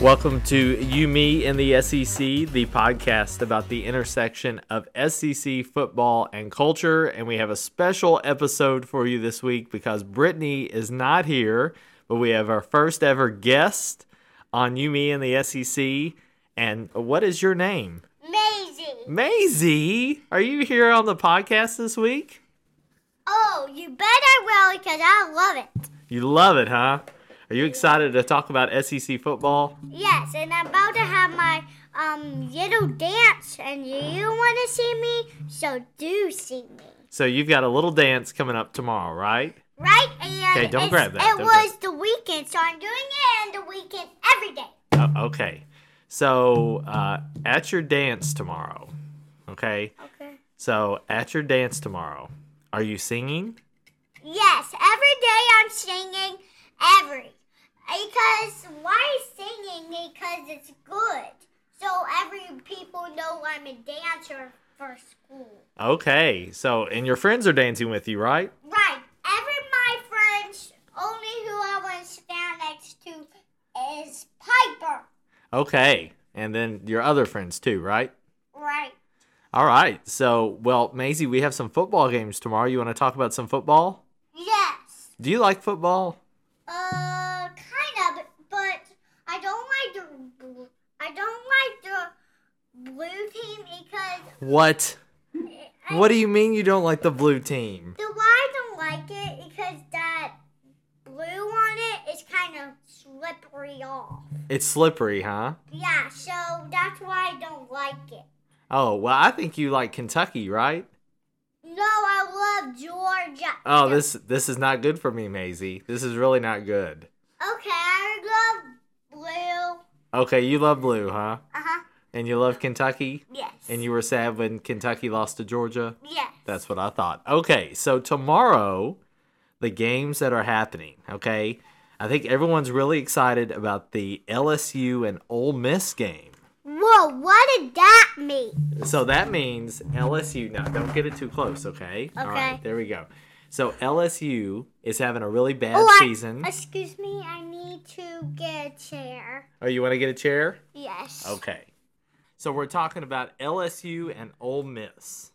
Welcome to You, Me, and the SEC, the podcast about the intersection of SEC football and culture. And we have a special episode for you this week because Brittany is not here, but we have our first ever guest on You, Me, and the SEC. And what is your name? Amazing. Maisie, are you here on the podcast this week? Oh, you bet I will because I love it. You love it, huh? Are you excited to talk about SEC football? Yes, and I'm about to have my um little dance, and you want to see me, so do see me. So you've got a little dance coming up tomorrow, right? Right? And Okay, don't it's- grab that, It don't was the weekend, so I'm doing it on the weekend every day. Uh, okay. So uh, at your dance tomorrow, okay? Okay. So at your dance tomorrow, are you singing? Yes, every day I'm singing every. Because why singing? Because it's good. So every people know I'm a dancer for school. Okay. So and your friends are dancing with you, right? Right. Every my friends, only who I want to stand next to is Piper. Okay. And then your other friends too, right? Right. All right. So well, Maisie, we have some football games tomorrow. You want to talk about some football? Yes. Do you like football? Uh, kind of, but I don't like the bl- I don't like the blue team because What? I, What do you mean you don't like the blue team? the why I don't like it because that blue on it is kind of slippery off. It's slippery, huh? Yeah, so that's why I don't like it. Oh, well, I think you like Kentucky, right? No, I love Georgia. Oh, this this is not good for me, Maisie. This is really not good. Okay, I love blue. Okay, you love blue, huh? Uh huh. And you love Kentucky? Yes. And you were sad when Kentucky lost to Georgia? Yes. That's what I thought. Okay, so tomorrow, the games that are happening, okay? I think everyone's really excited about the LSU and Ole Miss game. Whoa! What did that mean? So that means LSU. Now, don't get it too close, okay? All right, Okay. there we go. So LSU is having a really bad Oh, I- season. excuse me. I need to get a chair. oh, you want to get a chair? Yes. Okay. So we're talking about LSU and Ole Miss.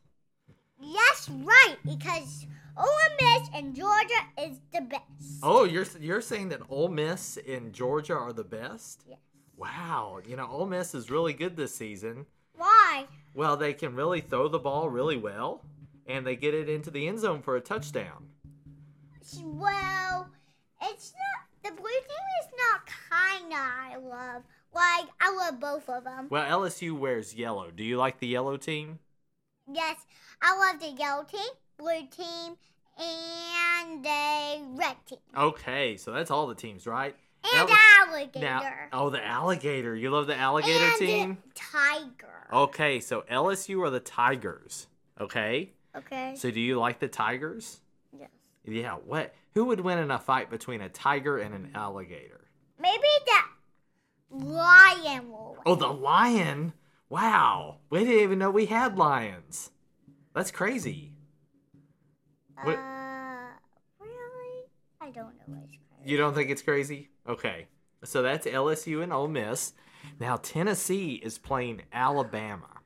Yes, right. Because Ole Miss and Georgia is the best. Oh, you're you're saying that Ole Miss in Georgia are the best? Yes. Wow. You know, Ole Miss is really good this season. Why? Well, they can really throw the ball really well, and they get it into the end zone for a touchdown. Well, it's not the blue team is not kinda I love. Like I love both of them. Well, LSU wears yellow. Do you like the yellow team? Yes, I love the yellow team, blue team, and the red team. Okay, so that's all the teams, right? And Now- alligator. Now, oh, the alligator. You love the alligator and team? Oh, tiger. Okay, so LSU are the Tigers. Okay. Okay. So do you like the Tigers? Yes. Yeah, what? Who would win in a fight between a tiger and an alligator? Maybe the lion will. win. Oh, the lion? Wow. We didn't even know we had lions. That's crazy. what- Uh, really? I don't know what's crazy. You don't think it's crazy? Okay. So that's LSU and Ole Miss. Now Tennessee is playing Alabama.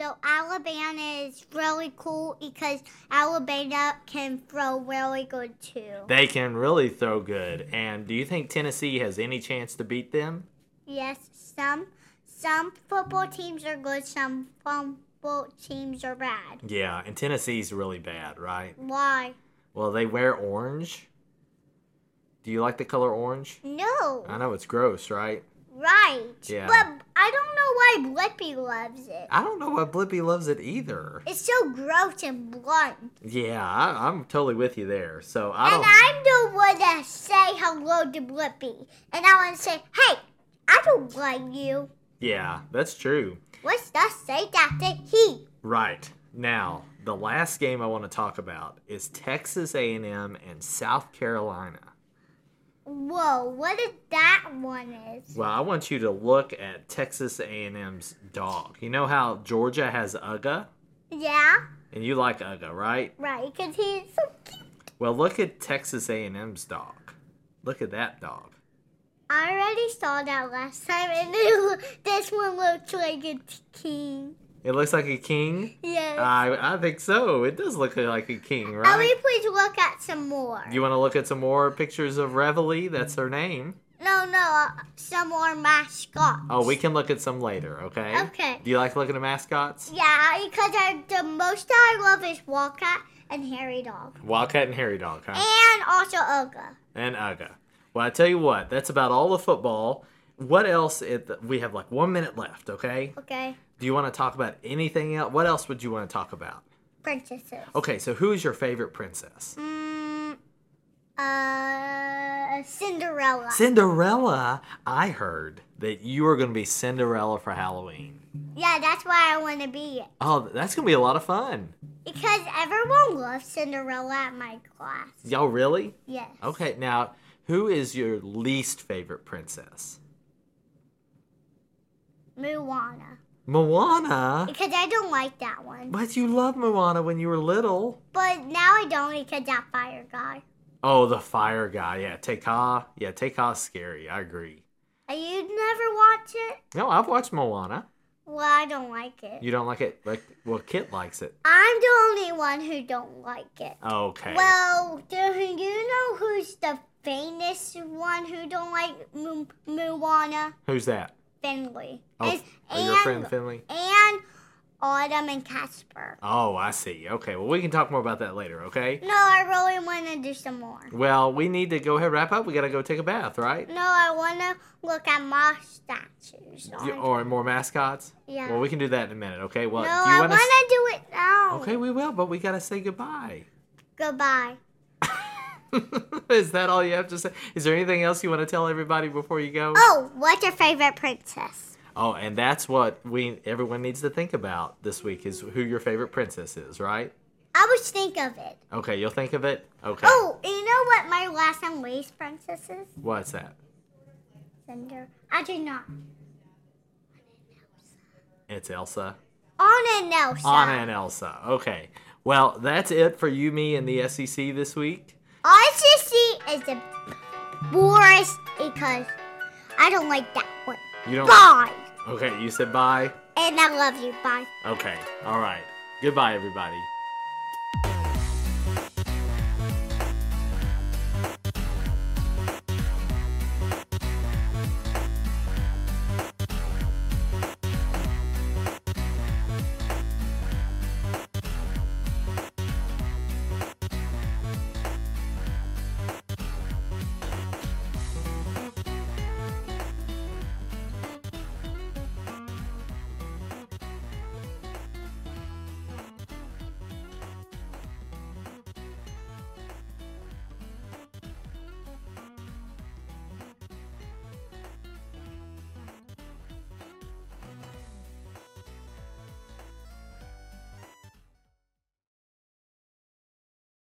So Alabama is really cool because Alabama can throw really good too. They can really throw good. And do you think Tennessee has any chance to beat them? Yes, some some football teams are good, some football teams are bad. Yeah, and Tennessee's really bad, right? Why? Well, they wear orange. Do you like the color orange? No. I know it's gross, right? Right. Yeah. But I don't know why Blippi loves it. I don't know why Blippi loves it either. It's so gross and blunt. Yeah, I, I'm totally with you there. So I And don't. I'm the one that say hello to Blippi. And I want to say, hey, I don't like you. Yeah, that's true. What's that say that to he? Right now, the last game I want to talk about is Texas A&M and South Carolina. Whoa, what is that one is? Well, I want you to look at Texas A&M's dog. You know how Georgia has Uga, Yeah, and you like Uga, right? right, because he's so cute. Well, look at Texas A&M's dog. Look at that dog. I already saw that last time, and it, loo- this one looks like a t- king. It looks like a king. Yes. I I think so. It does look like a king, Ellie, right? please look at some more. You want to look at some more pictures of Reveille? That's her name. no, no, uh, some more mascots. Oh, we can look at some later, okay? Okay. Do you like looking at mascots? Yeah, because I, the most I love is Wildcat and Harry Dog, Wildcat and Harry Dog, huh? and also Uga. and Uga. Well, I tell you what, that's about all the football. What else? At the, we have like one minute left, okay? Okay, Do you want to talk about anything else? What else would you want to talk about? princesses. Okay, so who is your favorite princess? Mm, uh, Cinderella. Cinderella. I heard that you are going to be Cinderella for Halloween. yeah, that's why I want to be it. Oh, that's going to be a lot of fun. Because everyone loves Cinderella at my class. Y'all really? Yes. Okay, now who is your least favorite princess? Moana. Moana. Because I don't like that one. But you loved Moana when you were little. But now I don't because that fire guy. Oh, the fire guy. Yeah, Teka. Yeah, Teka's scary. I agree. Uh, You never watch it? No, I've watched Moana. Well, I don't like it. You don't like it? Like, well, Kit likes it. I'm the only one who don't like it. Okay. Well, do you know who's the famous one who don't like Mu- Moana? Who's that? Finley. Oh, and, oh, your friend and- Finley. and Autumn and Casper. Oh, I see. Okay. Well, we can talk more about that later. Okay. No, I really want to do some more. Well, we need to go ahead and wrap up. We gotta go take a bath, right? No, I want to look at my statues. You- on- Or more mascots. Mm-hmm. Yeah. Well, we can do that in a minute. Okay. Well, no, do you I want want to? to do it now. Okay, we will, but we gotta say goodbye. Goodbye. Is that all you have to say? Is there anything else you want to tell everybody before you go? Oh, what's your favorite princess? Oh, and that's what we everyone needs to think about this week is who your favorite princess is, right? I always think of it. Okay, you'll think of it. Okay. Oh, you know what my last and least princess is? What's that? Cinder. I do not. It's Elsa. Anna and Elsa. Anna and Elsa. Okay. Well, that's it for you, me, and the SEC this week. RCC is the worst because I don't like that one. You don't. Bye. Okay, you said bye. And I love you. Bye. Okay. All right. Goodbye, everybody.